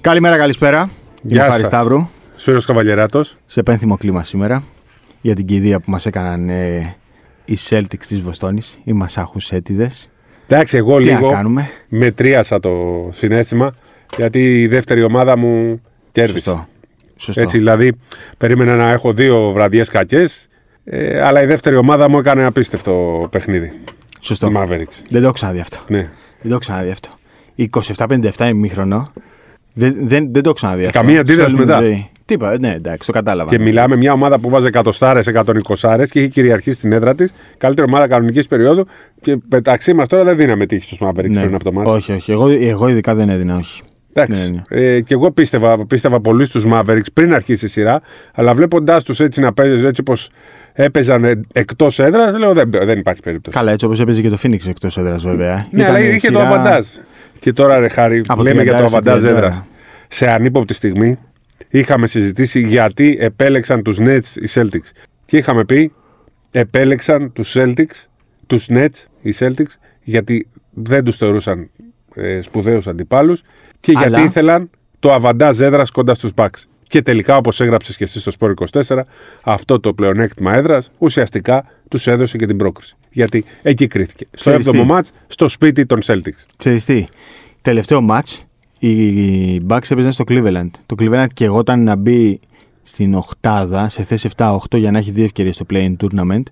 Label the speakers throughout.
Speaker 1: Καλημέρα, καλησπέρα. Γεια
Speaker 2: Γεια
Speaker 1: Χάρης
Speaker 2: σας.
Speaker 1: Σταύρου.
Speaker 2: Σπύρος Καβαλιεράτος.
Speaker 1: Σε πένθυμο κλίμα σήμερα για την κηδεία που μας έκαναν ε, οι Celtics της Βοστόνης, οι Μασάχουσέτιδες.
Speaker 2: Εντάξει, εγώ
Speaker 1: Τι να
Speaker 2: λίγο
Speaker 1: κάνουμε.
Speaker 2: μετρίασα το συνέστημα γιατί η δεύτερη ομάδα μου κέρδισε.
Speaker 1: Σωστό. Σωστό.
Speaker 2: Έτσι, δηλαδή, περίμενα να έχω δύο βραδιές κακές, ε, αλλά η δεύτερη ομάδα μου έκανε απίστευτο παιχνίδι.
Speaker 1: Σωστό.
Speaker 2: Το Mavericks.
Speaker 1: Δεν το έχω ξαναδεί αυτό.
Speaker 2: Ναι.
Speaker 1: Δεν το έχω ξαναδεί αυτό. 27-57 ημίχρονο. Δεν, δεν, δεν το έχω ξαναδεί αυτό.
Speaker 2: καμία αντίδραση
Speaker 1: Σε όλη μου
Speaker 2: μετά.
Speaker 1: τη ζωή. Τίποτα, ναι, εντάξει, το κατάλαβα.
Speaker 2: Και μιλάμε μια ομάδα που βάζε 100 στάρες, 120 στάρες και είχε κυριαρχήσει στην έδρα της. Καλύτερη ομάδα κανονικής περίοδου. Και μεταξύ μας τώρα δεν δίναμε τύχη στου Mavericks
Speaker 1: ναι.
Speaker 2: πριν από το μάτι.
Speaker 1: Όχι, όχι. Εγώ, εγώ ειδικά δεν έδινα, όχι.
Speaker 2: Εντάξει.
Speaker 1: Ναι, ναι.
Speaker 2: Ε, και εγώ πίστευα, πίστευα πολύ στους Mavericks πριν αρχίσει η σειρά, αλλά βλέποντάς τους έτσι να παίζουν έτσι όπω έπαιζαν εκτός έδρας, λέω δεν, δεν υπάρχει περίπτωση.
Speaker 1: Καλά, έτσι όπως έπαιζε και το Phoenix εκτός έδρας, βέβαια.
Speaker 2: ναι, αλλά
Speaker 1: Ήτανε
Speaker 2: είχε το
Speaker 1: σειρά-
Speaker 2: αβαντάζ. Και τώρα, ρε Χάρη,
Speaker 1: Από
Speaker 2: λέμε για
Speaker 1: 30
Speaker 2: το
Speaker 1: σε
Speaker 2: αβαντάζ
Speaker 1: 30.
Speaker 2: έδρας. Σε ανύποπτη στιγμή είχαμε συζητήσει γιατί επέλεξαν τους Nets οι Celtics. Και είχαμε πει, επέλεξαν τους Celtics, τους Nets οι Celtics, γιατί δεν τους θεωρούσαν ε, σπουδαίους αντιπάλους και
Speaker 1: Αλλά-
Speaker 2: γιατί ήθελαν το αβαντάζ έδρας κοντά στους Bucks. Και τελικά, όπως έγραψες και εσύ στο Σπόρ 24, αυτό το πλεονέκτημα έδρας ουσιαστικά τους έδωσε και την πρόκριση. Γιατί εκεί κρίθηκε. Στο
Speaker 1: Ξέρεις τι.
Speaker 2: έβδομο μάτ, στο σπίτι των Celtics.
Speaker 1: Ξέρεις τι, τελευταίο μάτς οι Bucks έπαιζαν στο Cleveland. Το Cleveland και εγώ ήταν να μπει στην οκτάδα, σε θέση 7-8 για να έχει δύο ευκαιρίες στο play-in tournament.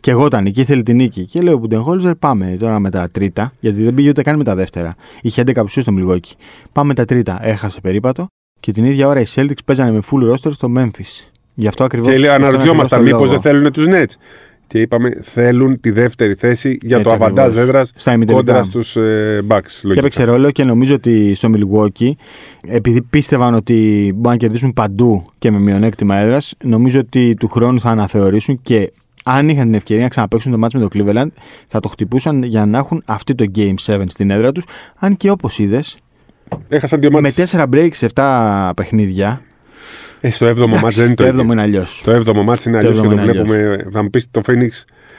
Speaker 1: Και εγώ ήταν εκεί, ήθελε την νίκη. Και λέω: Μπουντενχόλζερ, πάμε τώρα με τα τρίτα. Γιατί δεν πήγε ούτε καν με τα δεύτερα. Είχε 11 ψήφου στο Μιλγόκι. Πάμε με τα τρίτα. Έχασε περίπατο. Και την ίδια ώρα οι Celtics παίζανε με full roster στο Memphis. Γι' αυτό ακριβώς.
Speaker 2: Και λέω, αναρωτιόμασταν μήπω δεν θέλουν τους Nets. Και είπαμε, θέλουν τη δεύτερη θέση για
Speaker 1: Έτσι
Speaker 2: το αβαντάζ
Speaker 1: ακριβώς.
Speaker 2: έδρας
Speaker 1: Στα ημιτελικά.
Speaker 2: κόντρα στους ε, Bucks.
Speaker 1: Και
Speaker 2: λογικά.
Speaker 1: έπαιξε ρόλο και νομίζω ότι στο Milwaukee, επειδή πίστευαν ότι μπορούν να κερδίσουν παντού και με μειονέκτημα έδρας, νομίζω ότι του χρόνου θα αναθεωρήσουν και αν είχαν την ευκαιρία να ξαναπαίξουν το μάτς με το Cleveland, θα το χτυπούσαν για να έχουν αυτή το Game 7 στην έδρα τους. Αν και όπως είδες,
Speaker 2: Έχασαν δύο
Speaker 1: με
Speaker 2: μάτς.
Speaker 1: 4 breaks 7 παιχνίδια.
Speaker 2: Ε, στο έβδομο μάτς δεν είναι το
Speaker 1: το 7ο
Speaker 2: ίδιο.
Speaker 1: είναι αλλιώς.
Speaker 2: Το έβδομο μάτς είναι
Speaker 1: Το
Speaker 2: αλλιώς και το
Speaker 1: έβδομο είναι
Speaker 2: βλέπουμε. Θα μου πεις το Phoenix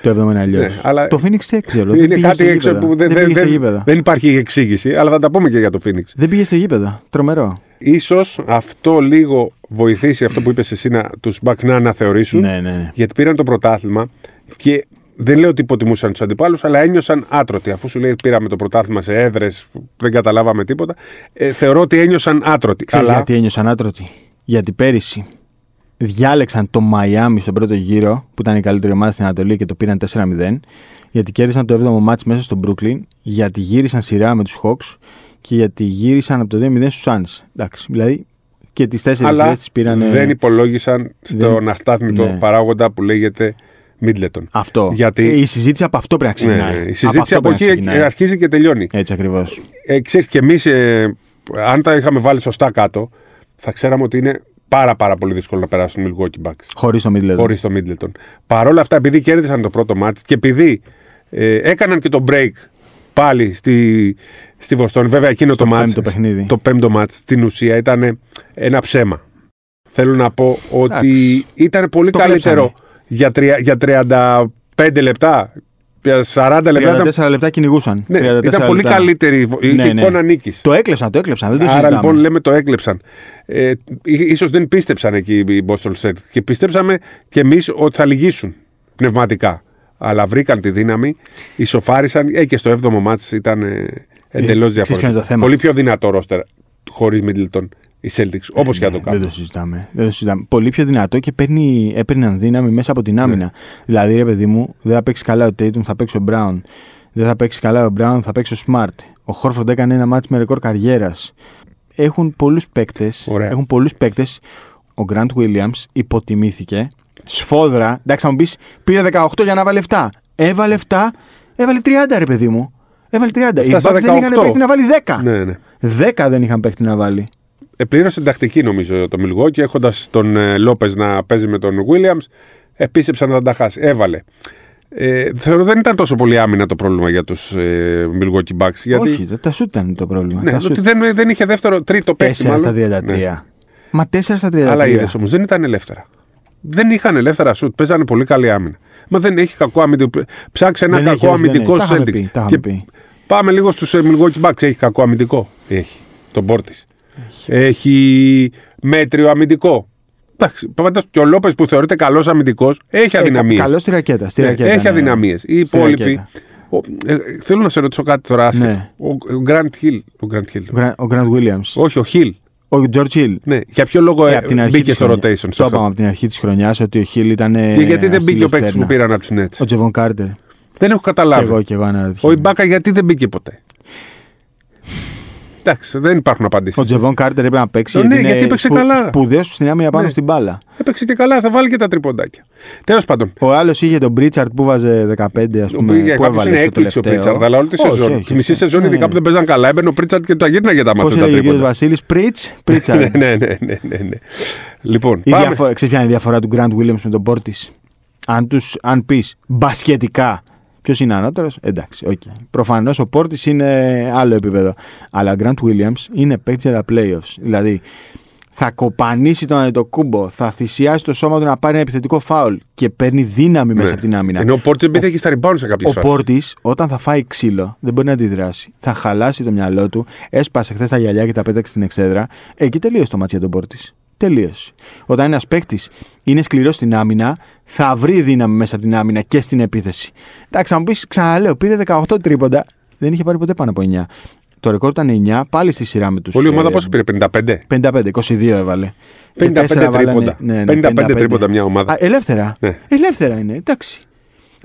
Speaker 1: Το 7ο είναι αλλιώς.
Speaker 2: Ναι, αλλά-
Speaker 1: Το Phoenix δεν ξέρω. δεν
Speaker 2: είναι
Speaker 1: πήγε στο
Speaker 2: κάτι έξω
Speaker 1: γήπεδο.
Speaker 2: που δεν,
Speaker 1: δεν
Speaker 2: δεν,
Speaker 1: πήγε στο
Speaker 2: δεν,
Speaker 1: γήπεδο.
Speaker 2: δεν υπάρχει εξήγηση, αλλά θα τα πούμε και για το Phoenix.
Speaker 1: Δεν πήγε στο γήπεδο. Τρομερό.
Speaker 2: Ίσως αυτό λίγο βοηθήσει αυτό που είπες εσύ να, τους Bucks να αναθεωρήσουν
Speaker 1: Ναι, ναι, ναι.
Speaker 2: γιατί πήραν το πρωτάθλημα και δεν λέω ότι υποτιμούσαν τους αντιπάλους, αλλά ένιωσαν άτρωτοι. Αφού σου λέει πήραμε το πρωτάθλημα σε έδρες, δεν καταλάβαμε τίποτα. Ε, θεωρώ ότι ένιωσαν άτρωτοι.
Speaker 1: Ξέρεις
Speaker 2: αλλά
Speaker 1: γιατί ένιωσαν άτρωτοι. Γιατί πέρυσι διάλεξαν το Μαϊάμι στον πρώτο γύρο, που ήταν η καλύτερη ομάδα στην Ανατολή και το πήραν 4-0. Γιατί κέρδισαν το 7ο μάτς μέσα στο Brooklyn, γιατί γύρισαν σειρά με τους Hawks και γιατί γύρισαν από το 2-0 στους Suns. Εντάξει, δηλαδή και τις τέσσερις
Speaker 2: αλλά
Speaker 1: σειρές τις πήραν... ε,
Speaker 2: δεν υπολόγισαν στον
Speaker 1: δεν-
Speaker 2: αστάθμητο
Speaker 1: ναι.
Speaker 2: παράγοντα που λέγεται Μίτλετον.
Speaker 1: Αυτό.
Speaker 2: Γιατί-
Speaker 1: Ε, Η συζήτηση από αυτό πρέπει να
Speaker 2: Ναι,
Speaker 1: ξεκινάει.
Speaker 2: ναι. Η
Speaker 1: Από
Speaker 2: συζήτηση
Speaker 1: αυτό
Speaker 2: από,
Speaker 1: πρέπει να
Speaker 2: εκεί ε,
Speaker 1: ξεκινάει.
Speaker 2: αρχίζει και τελειώνει.
Speaker 1: Έτσι ακριβώς.
Speaker 2: Ε, ξέρεις, και εμείς, αν τα είχαμε βάλει σωστά κάτω, θα ξέραμε ότι είναι πάρα, πάρα πολύ δύσκολο να περάσουν οι Milwaukee Bucks.
Speaker 1: Χωρίς το δηλαδή. Middleton.
Speaker 2: χωρί το Μίτλετον. Παρ' όλα αυτά, επειδή κέρδισαν το πρώτο μάτς και επειδή ε, έκαναν και το break πάλι στη, στη Βοστόνη, βέβαια εκείνο
Speaker 1: Στο
Speaker 2: το μάτς,
Speaker 1: πέμπτο παιχνίδι.
Speaker 2: το πέμπτο μάτς, στην ουσία ήταν ένα ψέμα. Θέλω να πω ότι
Speaker 1: Εντάξει.
Speaker 2: ήταν πολύ
Speaker 1: Το
Speaker 2: καλύτερο για, τρια- για 35 λεπτά, για 40 λεπτά. ήταν-
Speaker 1: 34 λεπτά κυνηγούσαν.
Speaker 2: ναι,
Speaker 1: 34
Speaker 2: ήταν πολύ
Speaker 1: λεπτά.
Speaker 2: καλύτερη, η βο- είχε
Speaker 1: Ναι, ναι.
Speaker 2: εικόνα νίκης.
Speaker 1: Το έκλεψαν, το έκλεψαν. Δεν το
Speaker 2: Άρα
Speaker 1: συζητάμε.
Speaker 2: λοιπόν λέμε το έκλεψαν. Ε, ί- ίσως δεν πίστεψαν εκεί οι Boston Celtics και πιστέψαμε κι εμείς ότι θα λυγίσουν πνευματικά. Αλλά βρήκαν τη δύναμη, ισοφάρισαν ε, και στο 7ο μάτς ήταν ε,
Speaker 1: ξέρεις ποιο είναι
Speaker 2: εντελώς
Speaker 1: το
Speaker 2: διαφορετικό.
Speaker 1: θέμα.
Speaker 2: Πολύ πιο δυνατό ρόστερ χωρίς Middleton οι Celtics, όπως και αν το
Speaker 1: Ναι, Δεν
Speaker 2: κάνουν.
Speaker 1: το συζητάμε. Δεν το συζητάμε. Πολύ πιο δυνατό και παίρνει, έπαιρναν δύναμη μέσα από την
Speaker 2: Ναι.
Speaker 1: άμυνα. Δηλαδή, ρε παιδί μου, δεν θα παίξει καλά ο Tatum, θα παίξει ο Brown. Δεν θα παίξει καλά ο Brown, θα παίξει ο Smart. Ο Χόρφορντ έκανε ένα μάτι με ρεκόρ καριέρας. Έχουν πολλούς παίκτες.
Speaker 2: Ωραία.
Speaker 1: Έχουν πολλούς παίκτες. Ο Grant Williams υποτιμήθηκε. Σφόδρα. Εντάξει, θα μου πεις, πήρε 18 για να βάλει 7. Έβαλε 7, έβαλε 30, ρε παιδί μου. Έβαλε 30. Οι
Speaker 2: Φτάσα
Speaker 1: Bucks δεν είχαν
Speaker 2: 18.
Speaker 1: παίκτη να βάλει 10.
Speaker 2: Ναι, ναι.
Speaker 1: 10 δεν είχαν παίκτη να βάλει.
Speaker 2: Επλήρωσε την τακτική νομίζω το Μιλγό και έχοντας τον ε, Λόπε να παίζει με τον Βίλιαμ, επίστεψαν να τα χάσει. Έβαλε. Ε, θεωρώ δεν ήταν τόσο πολύ άμυνα το πρόβλημα για τους ε, Milwaukee Bucks. Γιατί,
Speaker 1: Όχι, τα- τα σουτ ήταν το πρόβλημα.
Speaker 2: ναι,
Speaker 1: τα
Speaker 2: ότι
Speaker 1: σουτ.
Speaker 2: δεν, δεν είχε δεύτερο, τρίτο
Speaker 1: 4
Speaker 2: παίκτη.
Speaker 1: στα
Speaker 2: μάλλον.
Speaker 1: 33.
Speaker 2: Ναι.
Speaker 1: Μα 4 στα 33.
Speaker 2: Αλλά είδες όμως δεν ήταν ελεύθερα. Δεν είχαν ελεύθερα σουτ. Παίζανε πολύ καλή άμυνα. Μα δεν έχει κακό αμυντικό. Ψάξε ένα
Speaker 1: Δεν έχει,
Speaker 2: κακό
Speaker 1: όχι, δεν
Speaker 2: αμυντικό
Speaker 1: έχει. Τα είχαμε
Speaker 2: Celtics.
Speaker 1: πει, τα είχαμε
Speaker 2: Και
Speaker 1: πει.
Speaker 2: Πάμε λίγο στους Milwaukee Bucks. Έχει κακό αμυντικό. Έχει. Τον Πόρτη. Έχει μέτριο αμυντικό. Εντάξει, πάντως και ο Λόπες που θεωρείται καλός αμυντικός έχει αδυναμίες.
Speaker 1: Καλός στη ρακέτα. Ε, Στη ρακέτα
Speaker 2: έχει
Speaker 1: ναι.
Speaker 2: αδυναμίες. Οι
Speaker 1: Στη
Speaker 2: υπόλοιποι.
Speaker 1: ρακέτα.
Speaker 2: Ο, ε, θέλω να σε ρωτήσω κάτι τώρα. άσχετο.
Speaker 1: Ναι.
Speaker 2: Ο, ο Γκραντ Χιλ. Ο Grant Hill.
Speaker 1: Ο Γκρα- Ο Γκραντ Βίλιαμ.
Speaker 2: Όχι, ο Χιλ.
Speaker 1: Ο Τζορτ Χιλ.
Speaker 2: Ναι. Για ποιο λόγο
Speaker 1: Ε,
Speaker 2: ε,
Speaker 1: απ' την αρχή
Speaker 2: μπήκε
Speaker 1: της
Speaker 2: στο
Speaker 1: χρονιάς.
Speaker 2: rotation.
Speaker 1: Το
Speaker 2: σε αυτό.
Speaker 1: είπαμε από την αρχή της χρονιάς ότι ο Χιλ ήταν.
Speaker 2: Και Ε, γιατί δεν μπήκε ο παίκτης που πήραν από τους Νέτ.
Speaker 1: Ο Τζεβον Κάρτερ. Και
Speaker 2: Δεν έχω καταλάβει.
Speaker 1: εγώ και εγώ
Speaker 2: Ο
Speaker 1: αναρωτιέμαι.
Speaker 2: Ιμπάκα γιατί δεν μπήκε ποτέ. Εντάξει, δεν υπάρχουν απαντήσεις.
Speaker 1: Ο Τζεβόν Κάρτερ έπρεπε να παίξει.
Speaker 2: Ναι, γιατί έπαιξε καλά.
Speaker 1: Σπουδαίος στην άμυνα πάνω
Speaker 2: Ναι.
Speaker 1: στην μπάλα.
Speaker 2: Έπαιξε και καλά, θα βάλει και τα τριποντάκια. Τέλος πάντων,
Speaker 1: Ο άλλος είχε τον Πρίτσαρτ που βάζε 15, ας
Speaker 2: ο
Speaker 1: πούμε.
Speaker 2: για
Speaker 1: που
Speaker 2: κάποιου
Speaker 1: έβαλε
Speaker 2: είναι
Speaker 1: στο
Speaker 2: έκπληξη ο
Speaker 1: τελευταίο.
Speaker 2: Πρίτσαρντ, αλλά όλη τη
Speaker 1: Όχι,
Speaker 2: σεζόν.
Speaker 1: όχι,
Speaker 2: Τη μισή
Speaker 1: όχι.
Speaker 2: σεζόν,
Speaker 1: Ναι,
Speaker 2: ειδικά
Speaker 1: ναι.
Speaker 2: που δεν παίζαν καλά, έμπαινε ο Πρίτσαρντ και τα γύρναγε τα
Speaker 1: Πώς
Speaker 2: μάτια τα
Speaker 1: έλεγε ο κύριος
Speaker 2: τρίποντα.
Speaker 1: Βασίλης, Πριτς,
Speaker 2: Ναι,
Speaker 1: Πρίτσαρτ.
Speaker 2: ναι, ναι, ναι, ναι, ναι. Λοιπόν,
Speaker 1: Η
Speaker 2: πάμε.
Speaker 1: διαφορά, ξέρεις ποια είναι η διαφορά του Grant Williams με τον Πόρτη. Αν, τους, αν πεις μπασχετικά ποιος είναι ανώτερος, εντάξει, οκ. Προφανώς ο Πόρτης είναι άλλο επίπεδο. Αλλά ο Grant Williams είναι παίκτης για τα playoffs. Δηλαδή θα κοπανίσει τον Αντετοκούμπο, θα θυσιάσει το σώμα του να πάρει ένα επιθετικό φάουλ και παίρνει δύναμη μέσα
Speaker 2: Ναι.
Speaker 1: από την άμυνα.
Speaker 2: Ενώ ο Πόρτζε μπήκε και στα rebound σε κάποιες
Speaker 1: Ο
Speaker 2: φάσεις.
Speaker 1: Πόρτης, όταν θα φάει ξύλο, δεν μπορεί να αντιδράσει. Θα χαλάσει το μυαλό του. Έσπασε χθες τα γυαλιά και τα πέταξε στην εξέδρα. Εκεί τελείωσε το μάτσο για τον Πόρτης. Τελείωσε. Όταν ένας παίκτης είναι σκληρός στην άμυνα, θα βρει δύναμη μέσα από την άμυνα και στην επίθεση. Εντάξει, θα μου πεις, ξαναλέω, πήρε 18 τρίποντα. Δεν είχε πάρει ποτέ πάνω από 9. Το ρεκόρ ήταν 9, πάλι στη σειρά με ε, του.
Speaker 2: Όλη η ομάδα πόσο πήρε, 55.
Speaker 1: 55, 22 έβαλε.
Speaker 2: 55
Speaker 1: Και τέσσερα βάλανε- ναι,
Speaker 2: τρίποντα. 55 τρίποντα μια ομάδα.
Speaker 1: Α, ελεύθερα.
Speaker 2: Ναι.
Speaker 1: Ελεύθερα είναι, εντάξει.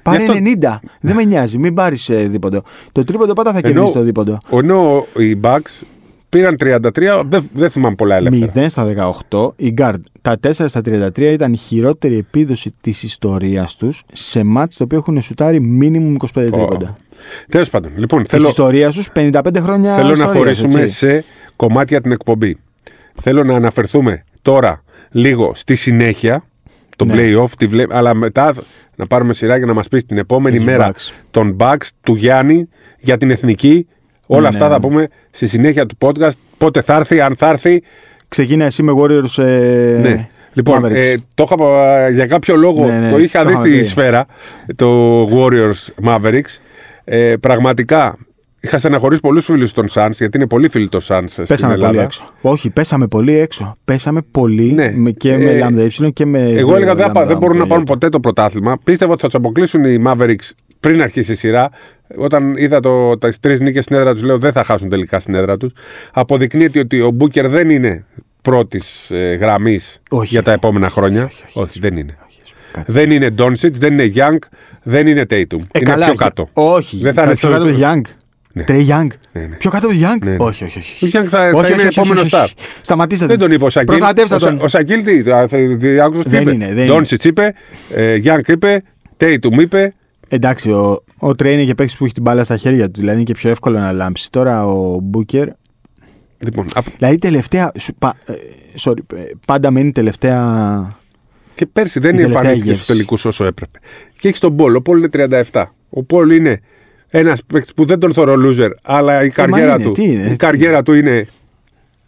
Speaker 1: Πάρε
Speaker 2: αυτό-
Speaker 1: 90. Δεν με νοιάζει, μην πάρεις δίποντο. Το τρίποντο πάντα θα κερδίσει το δίποντο.
Speaker 2: Ενώ οι Bucks πήραν 33, δεν, δεν θυμάμαι πολλά ελεύθερα.
Speaker 1: 0 στα 18, η Γκάρντ. Τα 4 στα 33 ήταν η χειρότερη επίδοση της ιστορίας τους σε μάτς το οποίο έχουν σουτάρει μίνιμουμ 25 τρίποντα.
Speaker 2: Τέλος πάντων, λοιπόν,
Speaker 1: Της
Speaker 2: θέλω,
Speaker 1: ιστορίας τους 55 χρόνια.
Speaker 2: θέλω να
Speaker 1: ιστορίας,
Speaker 2: χωρίσουμε
Speaker 1: έτσι.
Speaker 2: σε κομμάτια την εκπομπή. Θέλω να αναφερθούμε τώρα λίγο στη συνέχεια, το
Speaker 1: Ναι.
Speaker 2: play-off, τη βλέ- αλλά μετά να πάρουμε σειρά για να μας πεις την επόμενη
Speaker 1: Τους
Speaker 2: μέρα
Speaker 1: Bucks.
Speaker 2: των Bucks, του Γιάννη, για την Εθνική. Όλα
Speaker 1: Ναι,
Speaker 2: αυτά
Speaker 1: ναι.
Speaker 2: θα πούμε στη συνέχεια του podcast, πότε θα έρθει, αν θα έρθει.
Speaker 1: Ξεκίνα εσύ με Warriors. Ε...
Speaker 2: Ναι. Λοιπόν,
Speaker 1: Mavericks.
Speaker 2: ε, το είχα, για κάποιο λόγο
Speaker 1: Ναι, ναι,
Speaker 2: το είχα
Speaker 1: το
Speaker 2: δει
Speaker 1: είχαμε
Speaker 2: στη
Speaker 1: δει.
Speaker 2: σφαίρα το Warriors Mavericks. Ε, πραγματικά είχα στεναχωρήσει πολλούς φίλους των Suns, γιατί είναι πολύ φίλοι των Suns στην
Speaker 1: Πέσαμε
Speaker 2: Ελλάδα.
Speaker 1: πολύ έξω. Όχι, πέσαμε πολύ έξω. Πέσαμε πολύ
Speaker 2: Ναι.
Speaker 1: με- και με
Speaker 2: Ε,
Speaker 1: λάμδα ε και με.
Speaker 2: Εγώ έλεγα δεν,
Speaker 1: λάμδα
Speaker 2: δεν μπορούν να
Speaker 1: ωμέγα.
Speaker 2: πάρουν ποτέ το πρωτάθλημα. Πίστευα ότι θα τους αποκλείσουν οι Mavericks πριν αρχίσει η σειρά. Όταν είδα το, τα τρεις νίκες στην έδρα τους, λέω δεν θα χάσουν τελικά στην έδρα τους. Αποδεικνύεται ότι ο Μπούκερ δεν είναι πρώτης ε, γραμμής
Speaker 1: Όχι.
Speaker 2: για τα επόμενα χρόνια. όχι δεν είναι.
Speaker 1: Κάτσε.
Speaker 2: Δεν είναι Ντόνσιτ, δεν είναι Young, δεν είναι Tatum.
Speaker 1: Ε,
Speaker 2: είναι
Speaker 1: καλά,
Speaker 2: πιο κάτω.
Speaker 1: Όχι.
Speaker 2: Δεν θα
Speaker 1: κα-
Speaker 2: είναι
Speaker 1: πιο
Speaker 2: στο-
Speaker 1: κάτω του Young.
Speaker 2: Ναι.
Speaker 1: Τρέι Young.
Speaker 2: Ναι, ναι.
Speaker 1: Πιο κάτω του Young.
Speaker 2: ναι.
Speaker 1: Όχι, όχι, όχι.
Speaker 2: Ο Young θα,
Speaker 1: Όχι,
Speaker 2: θα είναι
Speaker 1: όχι, όχι,
Speaker 2: επόμενος
Speaker 1: όχι,
Speaker 2: στάρ.
Speaker 1: όχι. Σταματήστε
Speaker 2: Δεν τον είπε ο Σακίλ.
Speaker 1: Προστατεύστε
Speaker 2: Ο Σα-
Speaker 1: τον.
Speaker 2: Ο Σακίλ τι, α, θε- τι άκουσες τι
Speaker 1: Δεν
Speaker 2: είπε.
Speaker 1: είναι, δεν
Speaker 2: Doncic είπε, ε, Young είπε, Tatum είπε.
Speaker 1: Εντάξει, ο, ο Τρέι είναι και παίκτης που έχει την μπάλα στα χέρια του. Δηλαδή είναι και πιο εύκολο να λάμψει. Τώρα ο Μπούκερ.
Speaker 2: Λοιπόν, απ-
Speaker 1: Δηλαδή τελευταία. σου- πα- ε, sorry, ε, πάντα μένει τελευταία.
Speaker 2: και πέρσι δεν
Speaker 1: Η τελευταία
Speaker 2: εμφανίστηκε
Speaker 1: γεύση.
Speaker 2: στου τελικούς όσο έπρεπε. Και έχεις τον Πολ. Ο Πολ είναι 37. Ο Πολ είναι ένας παίκτης που δεν τον θεωρώ loser, αλλά η καριέρα
Speaker 1: Ε, είναι,
Speaker 2: του,
Speaker 1: τι είναι, ε,
Speaker 2: η
Speaker 1: τι
Speaker 2: καριέρα του είναι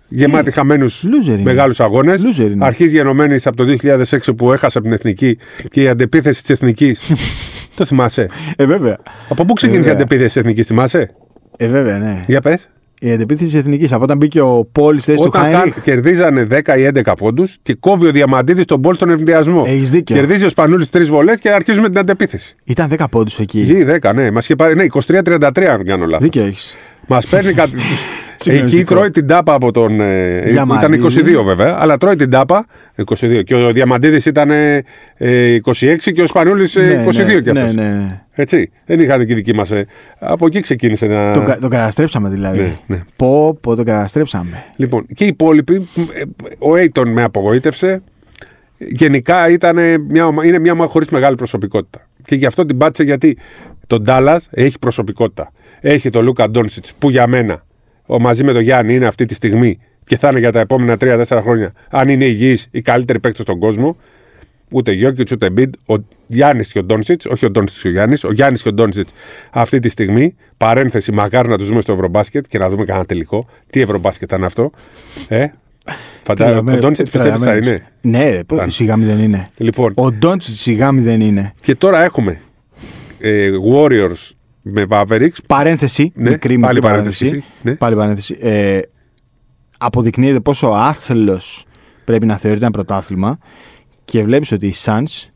Speaker 2: γεμάτη χαμένους
Speaker 1: Loser είναι.
Speaker 2: μεγάλους αγώνες.
Speaker 1: Loser είναι.
Speaker 2: Αρχίζει γενομένης από το 2006 που έχασε από την εθνική και η αντεπίθεση της εθνικής. το θυμάσαι.
Speaker 1: Ε, βέβαια.
Speaker 2: Από πού ξεκίνησε η
Speaker 1: Βέβαια.
Speaker 2: αντεπίθεση τη εθνικής, θυμάσαι.
Speaker 1: Ε, βέβαια, ναι.
Speaker 2: Για πες.
Speaker 1: Η αντεπίθεση της εθνικής. Από όταν μπήκε ο Πόλ στη θέση του
Speaker 2: Όταν χα-
Speaker 1: Χάινριχ.
Speaker 2: κερδίζανε 10 ή 11 πόντους και κόβει ο Διαμαντίδης τον Πολ στον ευνηδιασμό.
Speaker 1: Ε, Έχεις δίκιο.
Speaker 2: Κερδίζει ο Σπανούλης τρεις βολές και αρχίζουμε την αντεπίθεση.
Speaker 1: Ήταν 10 πόντους εκεί.
Speaker 2: Γη 10, ναι. Μας είχε πάρει. Ναι, 23-33, αν δεν κάνω λάθος.
Speaker 1: Δίκιο έχεις.
Speaker 2: Μας παίρνει κάτι. Εκεί
Speaker 1: Συγκλονιστικό.
Speaker 2: τρώει την τάπα από τον. ε,
Speaker 1: Διαμαντίδη.
Speaker 2: Ήταν 22 βέβαια, αλλά τρώει την τάπα. 22. Και ο Διαμαντίδης ήταν ε, ε, 26 και ο ε, Σπανούλη 22
Speaker 1: ναι,
Speaker 2: κι αυτό.
Speaker 1: ναι, ναι, ναι.
Speaker 2: Έτσι. Δεν είχαν και δική μα. Από εκεί ξεκίνησε να.
Speaker 1: Τον, κα- τον καταστρέψαμε δηλαδή.
Speaker 2: Ναι, ναι.
Speaker 1: Πω, πω, τον καταστρέψαμε.
Speaker 2: Λοιπόν, και οι υπόλοιποι. ε, Ο Έιτον με απογοήτευσε. Γενικά ήταν μια, ομα- είναι μια ομάδα χωρίς μεγάλη προσωπικότητα. Και γι' αυτό την πάτησε γιατί το Ντάλλας έχει προσωπικότητα. Έχει τον Λούκα Ντόνσιτ που για μένα ο, μαζί με τον Γιάννη είναι αυτή τη στιγμή και θα είναι για τα επόμενα 3-4 χρόνια. Αν είναι υγιής, οι καλύτεροι παίκτε στον κόσμο. Ούτε Γιώκητ ούτε Μπιντ. Ο Γιάννης και ο Ντόνσιτ, όχι ο Ντόνσιτ και ο Γιάννης, ο Γιάννης και ο Ντόνσιτ αυτή τη στιγμή. Παρένθεση, μακάρι να τους δούμε στο Ευρωμπάσκετ και να δούμε κανένα τελικό. Τι Ευρωμπάσκετ ήταν αυτό. Ε, φαντάζομαι. Ο
Speaker 1: Τρελαμένο-
Speaker 2: Ντόνσιτ πιστεύεις θα
Speaker 1: τρελαμένος.
Speaker 2: είναι.
Speaker 1: Ναι, ρε, πω,
Speaker 2: Ήταν.
Speaker 1: σιγά μη δεν είναι.
Speaker 2: Λοιπόν,
Speaker 1: Ο Ντόντσιτ σιγά μη δεν είναι.
Speaker 2: και τώρα έχουμε ε, Warriors με Mavericks.
Speaker 1: Παρένθεση.
Speaker 2: Ναι,
Speaker 1: μικρή,
Speaker 2: πάλι
Speaker 1: μικρή
Speaker 2: παρένθεση, ναι.
Speaker 1: Πάλι παρένθεση. Ε, αποδεικνύεται πόσο άθλος πρέπει να θεωρείται ένα πρωτάθλημα. Και βλέπεις ότι οι Suns,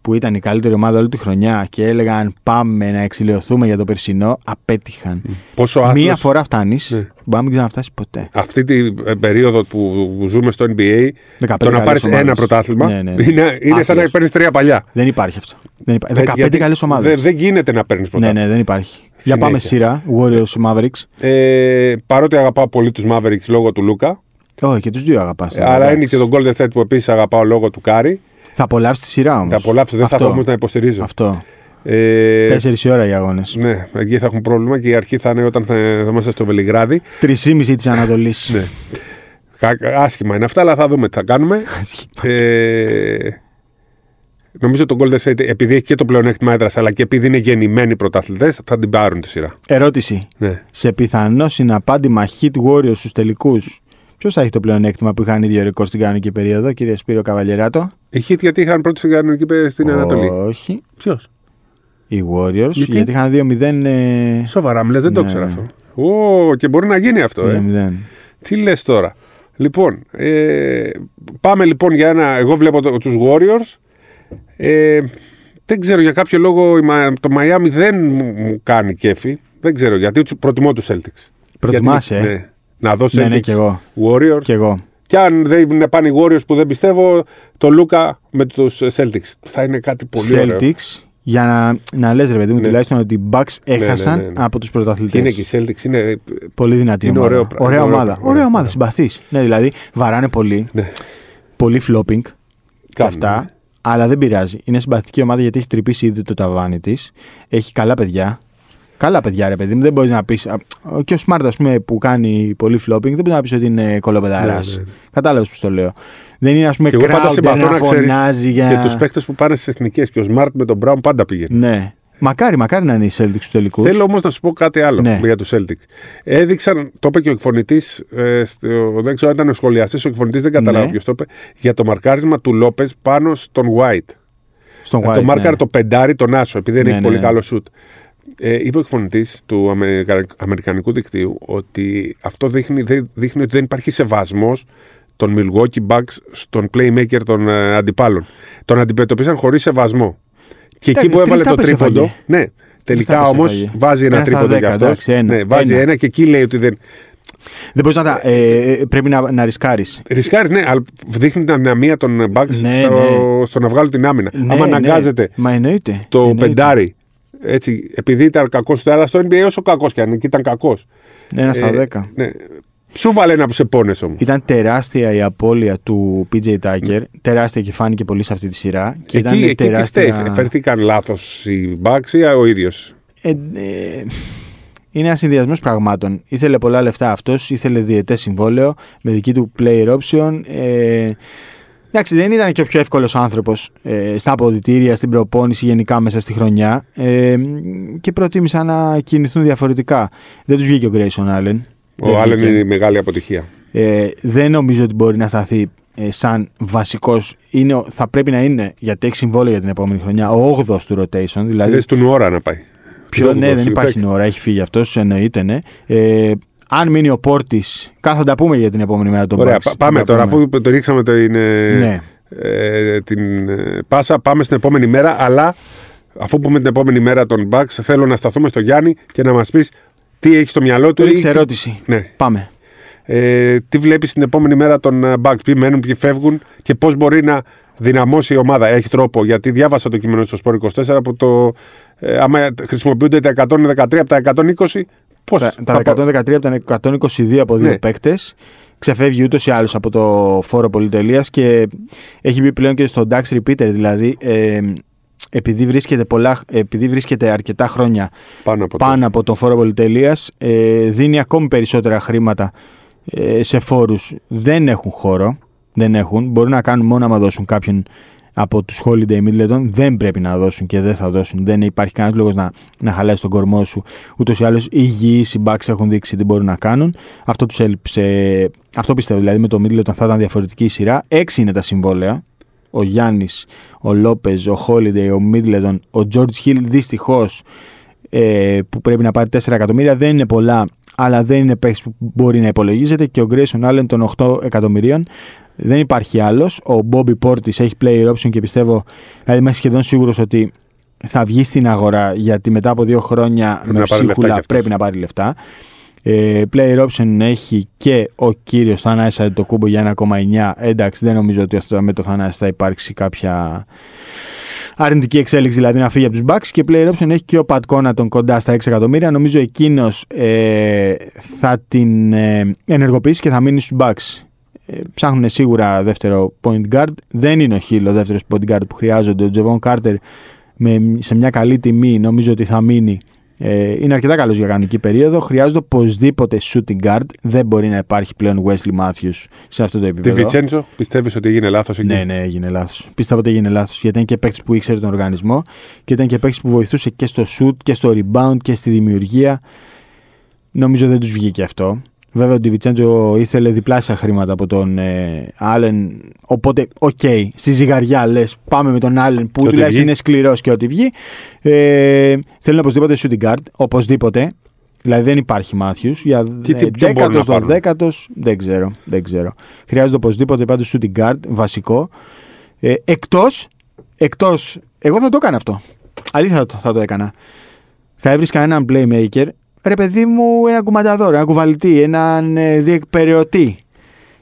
Speaker 1: που ήταν η καλύτερη ομάδα όλη τη χρονιά και έλεγαν πάμε να εξηλαιωθούμε για το περσινό, απέτυχαν.
Speaker 2: Πόσο άθλος.
Speaker 1: Μία φορά φτάνεις,
Speaker 2: Ναι.
Speaker 1: μπορεί να μην ξαναφτάσεις ποτέ.
Speaker 2: Αυτή την ε, περίοδο που ζούμε στο NBA,
Speaker 1: 15
Speaker 2: το να
Speaker 1: καλές
Speaker 2: πάρει ένα
Speaker 1: ομάδες.
Speaker 2: πρωτάθλημα
Speaker 1: Ναι, ναι, ναι.
Speaker 2: είναι, είναι σαν να
Speaker 1: Άθλος.
Speaker 2: παίρνεις τρία παλιά.
Speaker 1: Δεν υπάρχει αυτό. Δεν
Speaker 2: Έτσι,
Speaker 1: υπάρχει. 15
Speaker 2: γιατί
Speaker 1: καλές ομάδες.
Speaker 2: Δεν δεν γίνεται να παίρνεις
Speaker 1: Ναι,
Speaker 2: πρωτάθλημα.
Speaker 1: ναι, δεν υπάρχει. Για πάμε σειρά. Warriors Mavericks.
Speaker 2: Ε, παρότι αγαπάω πολύ τους Mavericks λόγω του Λούκα,
Speaker 1: Όχι, και τους δύο αγαπάς.
Speaker 2: Ε, αλλά είναι και τον Golden State που επίσης αγαπάω λόγο του Κάρι.
Speaker 1: Θα απολαύσει τη σειρά όμως.
Speaker 2: Θα απολαύσω, δεν θα πω όμως να υποστηρίζω.
Speaker 1: Αυτό.
Speaker 2: Ε,
Speaker 1: Τέσσερις η ώρα οι αγώνες.
Speaker 2: ναι, εκεί θα έχουμε πρόβλημα και η αρχή θα είναι όταν θα, θα είμαστε στο Βελιγράδι.
Speaker 1: Τρισήμιση της Ανατολής.
Speaker 2: Ναι. Κα- Άσχημα είναι αυτά, αλλά θα δούμε τι θα κάνουμε. ε, νομίζω το Golden State, επειδή έχει και το πλεονέκτημα έδρας, αλλά και επειδή είναι γεννημένοι πρωταθλητές, θα την πάρουν τη σειρά.
Speaker 1: Ερώτηση.
Speaker 2: Ναι.
Speaker 1: Σε πιθανό συναπάντημα Hit Warriors στους τελικούς, ποιος θα έχει το πλεονέκτημα που είχαν ίδιο ρεκόρ στην κανονική περίοδο, κύριε Σπύριο Καβαλιεράτο.
Speaker 2: Οι Heat γιατί είχαν πρώτη στην κανονική πε- στην Ανατολή.
Speaker 1: Όχι.
Speaker 2: Ποιος.
Speaker 1: Οι Warriors,
Speaker 2: Γιατί?
Speaker 1: γιατί, είχαν 2-0. Ε...
Speaker 2: Σοβαρά, μου λες, δεν το
Speaker 1: Ναι.
Speaker 2: ξέρω αυτό. Ω, και μπορεί να γίνει αυτό, ε.
Speaker 1: 2-0.
Speaker 2: Τι λες τώρα. Λοιπόν, ε, πάμε λοιπόν για ένα. Εγώ βλέπω το, τους Warriors. Ε, δεν ξέρω για κάποιο λόγο η Μα- το Miami δεν μου, μου κάνει κέφι. Δεν ξέρω γιατί τους- προτιμώ τους Celtics.
Speaker 1: Προτιμάς,
Speaker 2: Γιατί-
Speaker 1: ε.
Speaker 2: ναι. να δω Celtics
Speaker 1: Ναι, ναι, κι εγώ.
Speaker 2: Warriors.
Speaker 1: Κι εγώ.
Speaker 2: Και αν δεν είναι πάνε οι Warriors που δεν πιστεύω, το Λούκα με τους Celtics. Θα είναι κάτι πολύ ωραίο.
Speaker 1: Celtics, για να, να λες, ρε παιδί μου,
Speaker 2: Ναι.
Speaker 1: τουλάχιστον ότι οι Bucks έχασαν
Speaker 2: ναι, ναι, ναι.
Speaker 1: από τους
Speaker 2: Και
Speaker 1: πρωταθλητές.
Speaker 2: είναι και οι Celtics. Είναι...
Speaker 1: Πολύ δυνατή
Speaker 2: Είναι
Speaker 1: ομάδα.
Speaker 2: ωραίο πράγμα.
Speaker 1: Ωραία
Speaker 2: Ωραίο
Speaker 1: ομάδα.
Speaker 2: πράγμα.
Speaker 1: Ωραία ομάδα, συμπαθή. Ναι, δηλαδή βαράνε πολύ.
Speaker 2: Ναι.
Speaker 1: Πολύ flopping και
Speaker 2: Κάνουν,
Speaker 1: αυτά. Αλλά δεν πειράζει. Είναι συμπαθητική ομάδα γιατί έχει τρυπήσει ήδη το ταβάνι της. Έχει καλά παιδιά. Καλά παιδιά, ρε παιδί μου. Δεν μπορείς να πεις. Και ο Smart, ας πούμε, που κάνει πολύ flopping, δεν μπορείς να πεις ότι είναι κολοπεδαράς.
Speaker 2: Ναι, ναι, ναι.
Speaker 1: Κατάλαβε που το λέω. Δεν είναι, ας πούμε,
Speaker 2: Και εγώ πάντα
Speaker 1: crowd
Speaker 2: συμπαθώ
Speaker 1: να
Speaker 2: να ξέρει.
Speaker 1: φωνάζει για.
Speaker 2: Και τους παίχτε που πάνε στις εθνικές. Και ο Smart με τον Brown πάντα πήγαινε.
Speaker 1: Ναι. Μακάρι, μακάρι να είναι οι Celtics του τελικούς.
Speaker 2: Θέλω όμως να σου πω κάτι άλλο
Speaker 1: Ναι.
Speaker 2: για τους Celtics. Έδειξαν, το είπε και ο εκφωνητής, ε, στο- δεν ξέρω αν ήταν ο σχολιαστής, ο εκφωνητής δεν καταλάβω
Speaker 1: Ναι.
Speaker 2: ποιος το είπε, για το μαρκάρισμα του Λόπες πάνω στον White.
Speaker 1: Στον
Speaker 2: Ε, το
Speaker 1: White,
Speaker 2: μάρκαρε
Speaker 1: ναι.
Speaker 2: το πεντάρι τον Άσο, επειδή δεν
Speaker 1: Ναι,
Speaker 2: έχει
Speaker 1: ναι,
Speaker 2: πολύ
Speaker 1: ναι.
Speaker 2: καλό σουτ. Ε, είπε ο εκφωνητής του Αμερικα- Αμερικανικού δικτύου ότι αυτό δείχνει, δε- δείχνει ότι δεν υπάρχει σεβασμός των Milwaukee Bucks στον playmaker των ε, αντιπάλων. Τον αντιμετωπίσαν χωρίς σεβασμό. Και εκεί
Speaker 1: Εντάξει,
Speaker 2: που έβαλε
Speaker 1: τρεις
Speaker 2: το
Speaker 1: τάπες
Speaker 2: τρίποντο.
Speaker 1: έφαγε.
Speaker 2: Ναι, τελικά
Speaker 1: τάπες
Speaker 2: όμω
Speaker 1: έφαγε.
Speaker 2: βάζει ένα,
Speaker 1: Ένα στα
Speaker 2: τρίποντο για
Speaker 1: δέκα,
Speaker 2: αυτός.
Speaker 1: εντάξει, ένα.
Speaker 2: Ναι, βάζει
Speaker 1: Ένα.
Speaker 2: ένα. και εκεί λέει ότι δεν.
Speaker 1: Δεν μπορείς να τα. ε, ε, πρέπει να, να ρισκάρεις.
Speaker 2: Ρισκάρεις, ναι, αλλά δείχνει την αδυναμία των Bucks
Speaker 1: Ναι,
Speaker 2: στο, στο να βγάλουν την άμυνα.
Speaker 1: Ναι,
Speaker 2: Άμα
Speaker 1: ναι.
Speaker 2: αναγκάζεται
Speaker 1: Μα εννοείται.
Speaker 2: το
Speaker 1: Εννοείται.
Speaker 2: πεντάρι. Έτσι, επειδή ήταν κακός του, αλλά στο NBA όσο κακός και αν είναι, και ήταν κακός.
Speaker 1: Ένα στα δέκα.
Speaker 2: Ναι. Σου βάλε ένα που σε πόνε όμως.
Speaker 1: Ήταν τεράστια η απώλεια του PJ Tucker. Τεράστια και φάνηκε πολύ σε αυτή τη σειρά. Και
Speaker 2: Εκεί,
Speaker 1: ήταν
Speaker 2: εκεί τι
Speaker 1: τεράστια.
Speaker 2: στέθη. Φέρθηκαν λάθος οι Bucks ή ο ίδιος.
Speaker 1: Ε, ε, είναι ένας συνδυασμός πραγμάτων. Ήθελε πολλά λεφτά αυτός, ήθελε διαιτές συμβόλαιο με δική του player option. Ε, εντάξει, δεν ήταν και ο πιο εύκολος άνθρωπος ε, στα αποδητήρια, στην προπόνηση, γενικά μέσα στη χρονιά. Ε, και προτίμησαν να κινηθούν διαφορετικά. Δεν τους βγήκε ο Grayson Allen.
Speaker 2: Ο
Speaker 1: Δεν
Speaker 2: Allen
Speaker 1: βγήκε.
Speaker 2: είναι η μεγάλη αποτυχία.
Speaker 1: Ε, δεν νομίζω ότι μπορεί να σταθεί ε, σαν βασικός. Θα πρέπει να είναι γιατί έχει συμβόλαιο για την επόμενη χρονιά. Ο 8ο του rotation. Δηλαδή,
Speaker 2: Δηλαδή, του Νουόρα να πάει.
Speaker 1: πιο,
Speaker 2: Λόγω
Speaker 1: ναι,
Speaker 2: του
Speaker 1: δεν υπάρχει
Speaker 2: Σιουτάκη.
Speaker 1: ώρα, έχει φύγει αυτός, εννοείται. Ναι. Ε, αν μείνει ο Πόρτης, καν θα τα πούμε για την επόμενη μέρα τον
Speaker 2: Ωραία,
Speaker 1: Bucks.
Speaker 2: πα-
Speaker 1: Θα
Speaker 2: πάμε
Speaker 1: τα
Speaker 2: τώρα.
Speaker 1: πούμε.
Speaker 2: Αφού το ρίξαμε την, ε,
Speaker 1: Ναι.
Speaker 2: ε, την ε, πάσα, πάμε στην επόμενη μέρα. Αλλά αφού πούμε την επόμενη μέρα των Bucks, θέλω να σταθούμε στο Γιάννη και να μας πεις τι έχει στο μυαλό του.
Speaker 1: Του
Speaker 2: ή
Speaker 1: ρίξε
Speaker 2: τι-
Speaker 1: ερώτηση.
Speaker 2: Ναι.
Speaker 1: Πάμε.
Speaker 2: Ε, τι βλέπεις την επόμενη μέρα των ε, Bucks, ποιοι μένουν, ποιοι φεύγουν και πώς μπορεί να δυναμώσει η ομάδα. Έχει τρόπο, γιατί διάβασα το κείμενο στο Σπορ 24 που το. Ε, άμα χρησιμοποιούνται τα 113 από τα 120, πώς.
Speaker 1: Τα, τα 113 από τα 122 από δύο
Speaker 2: Ναι.
Speaker 1: ναι. παίκτες. Ξεφεύγει ούτως ή άλλως από το φόρο πολυτελείας και έχει μπει πλέον και στο DAX Repeater. Δηλαδή, ε, επειδή, βρίσκεται πολλά, ε, επειδή βρίσκεται αρκετά χρόνια
Speaker 2: πάνω από
Speaker 1: πάνω από τον φόρο πολυτελεία, ε, δίνει ακόμη περισσότερα χρήματα ε, σε φόρους. Δεν έχουν χώρο. Δεν έχουν. Μπορούν να κάνουν μόνο άμα δώσουν κάποιον από τους Holiday Middleton. Δεν πρέπει να δώσουν και δεν θα δώσουν. Δεν υπάρχει κανένας λόγος να, να χαλάσει τον κορμό σου. Ούτως ή άλλως, υγιείς οι Bucks έχουν δείξει τι μπορούν να κάνουν. Αυτό τους έλειψε. Αυτό πιστεύω. Δηλαδή με το Middleton θα ήταν διαφορετική η σειρά. Έξι είναι τα συμβόλαια. Ο Γιάννης, ο Λόπες, ο Holiday, ο Middleton, ο George Hill δυστυχώς ε, που πρέπει να πάρει 4 εκατομμύρια δεν είναι πολλά αλλά δεν είναι παίκτης που μπορεί να υπολογίζεται και ο Grayson Allen των 8 εκατομμυρίων δεν υπάρχει άλλος. Ο Bobby Portis έχει player option και πιστεύω, δηλαδή είμαι σχεδόν σίγουρος ότι θα βγει στην αγορά γιατί μετά από δύο χρόνια
Speaker 2: Πρέπει
Speaker 1: με
Speaker 2: να πάρει λεφτά κι
Speaker 1: ψίχουλα
Speaker 2: αυτός.
Speaker 1: πρέπει να πάρει λεφτά. Ε, player option έχει και ο κύριος Θανάσης το κούμπο για 1,9. Εντάξει, δεν νομίζω ότι αυτό- με το Θανάση θα υπάρξει κάποια αρνητική εξέλιξη, δηλαδή να φύγει από τους Bucks. Και player option έχει και ο Pat Connaughton κοντά στα 6 εκατομμύρια. Νομίζω εκείνος ε, θα την ε, ενεργοποιήσει και θα μείνει στους Bucks. Ε, ψάχνουν σίγουρα δεύτερο point guard. Δεν είναι ο Χίλ ο δεύτερος point guard που χρειάζονται. Ο Τζεβόν Κάρτερ με, σε μια καλή τιμή νομίζω ότι θα μείνει. Ε, είναι αρκετά καλός για κανονική περίοδο. Χρειάζεται οπωσδήποτε shooting guard. Δεν μπορεί να υπάρχει πλέον Wesley Matthews σε αυτό το
Speaker 2: Τη
Speaker 1: επίπεδο.
Speaker 2: Βιτσέντζο, πιστεύεις ότι έγινε λάθος εκεί.
Speaker 1: Ναι, ναι, έγινε λάθος. Πίστευα ότι έγινε λάθος. Γιατί ήταν και παίκτης που ήξερε τον οργανισμό και ήταν και παίκτης που βοηθούσε και στο shoot και στο rebound και στη δημιουργία. Νομίζω δεν τους βγήκε αυτό. Βέβαια, ο Ντιβιτσέντζο ήθελε διπλάσια χρήματα από τον ε, Άλεν. Οπότε, οκ, στη ζυγαριά λες: Πάμε με τον Άλεν που
Speaker 2: Και ό,τι
Speaker 1: τουλάχιστον
Speaker 2: βγει.
Speaker 1: είναι σκληρός και ό,τι βγει. Ε, θέλουν οπωσδήποτε shooting guard. Οπωσδήποτε. Δηλαδή δεν υπάρχει Μάθιους. Για
Speaker 2: Τι- τι- ποιον μπορούν να
Speaker 1: δέκατος,
Speaker 2: πάρουν?
Speaker 1: δωδέκατος, δεν ξέρω. Δεν ξέρω. Χρειάζεται οπωσδήποτε πάντως shooting guard, βασικό. Ε, Εκτός. Εκτός, εγώ θα το έκανα αυτό. Αλήθεια θα το, θα το έκανα. Θα έβρισκα έναν playmaker, ρε παιδί μου, ένα κουμανταδόρο, ένα κουβαλτή, έναν ε, διεκπεραιωτή.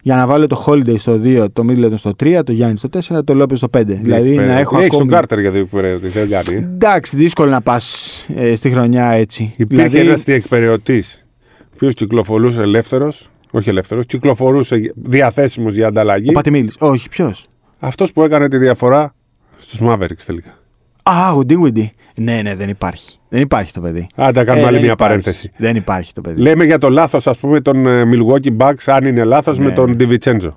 Speaker 1: Για να βάλω το Holiday στο 2, το Middleton στο 3, το Γιάννη στο 4, το Lopez στο 5. δηλαδή να έχω
Speaker 2: Έχει τον
Speaker 1: ακόμη.
Speaker 2: Κάρτερ για διεκπαιρεωτή. Δεν κάνει. ε.
Speaker 1: Εντάξει, δύσκολο να πας στη χρονιά έτσι. Δηλαδή,
Speaker 2: Υπήρχε ένα διεκπαιρεωτή, ο οποίος κυκλοφορούσε ελεύθερος, όχι ελεύθερος, κυκλοφορούσε διαθέσιμος για
Speaker 1: Ο
Speaker 2: ανταλλαγή.
Speaker 1: Πατημίλης. Όχι, ποιος.
Speaker 2: Αυτός που έκανε τη διαφορά στους Mavericks τελικά.
Speaker 1: Α, ο Ντίγουιντι. Ναι, ναι, δεν υπάρχει. Δεν υπάρχει το παιδί.
Speaker 2: Άντε, να κάνουμε
Speaker 1: Ε,
Speaker 2: άλλη
Speaker 1: δεν
Speaker 2: μια
Speaker 1: υπάρχει.
Speaker 2: παρένθεση.
Speaker 1: Δεν υπάρχει το παιδί.
Speaker 2: Λέμε για το λάθος, ας πούμε, των ε, Milwaukee Bucks, αν είναι λάθος,
Speaker 1: Ναι.
Speaker 2: με τον DiVincenzo.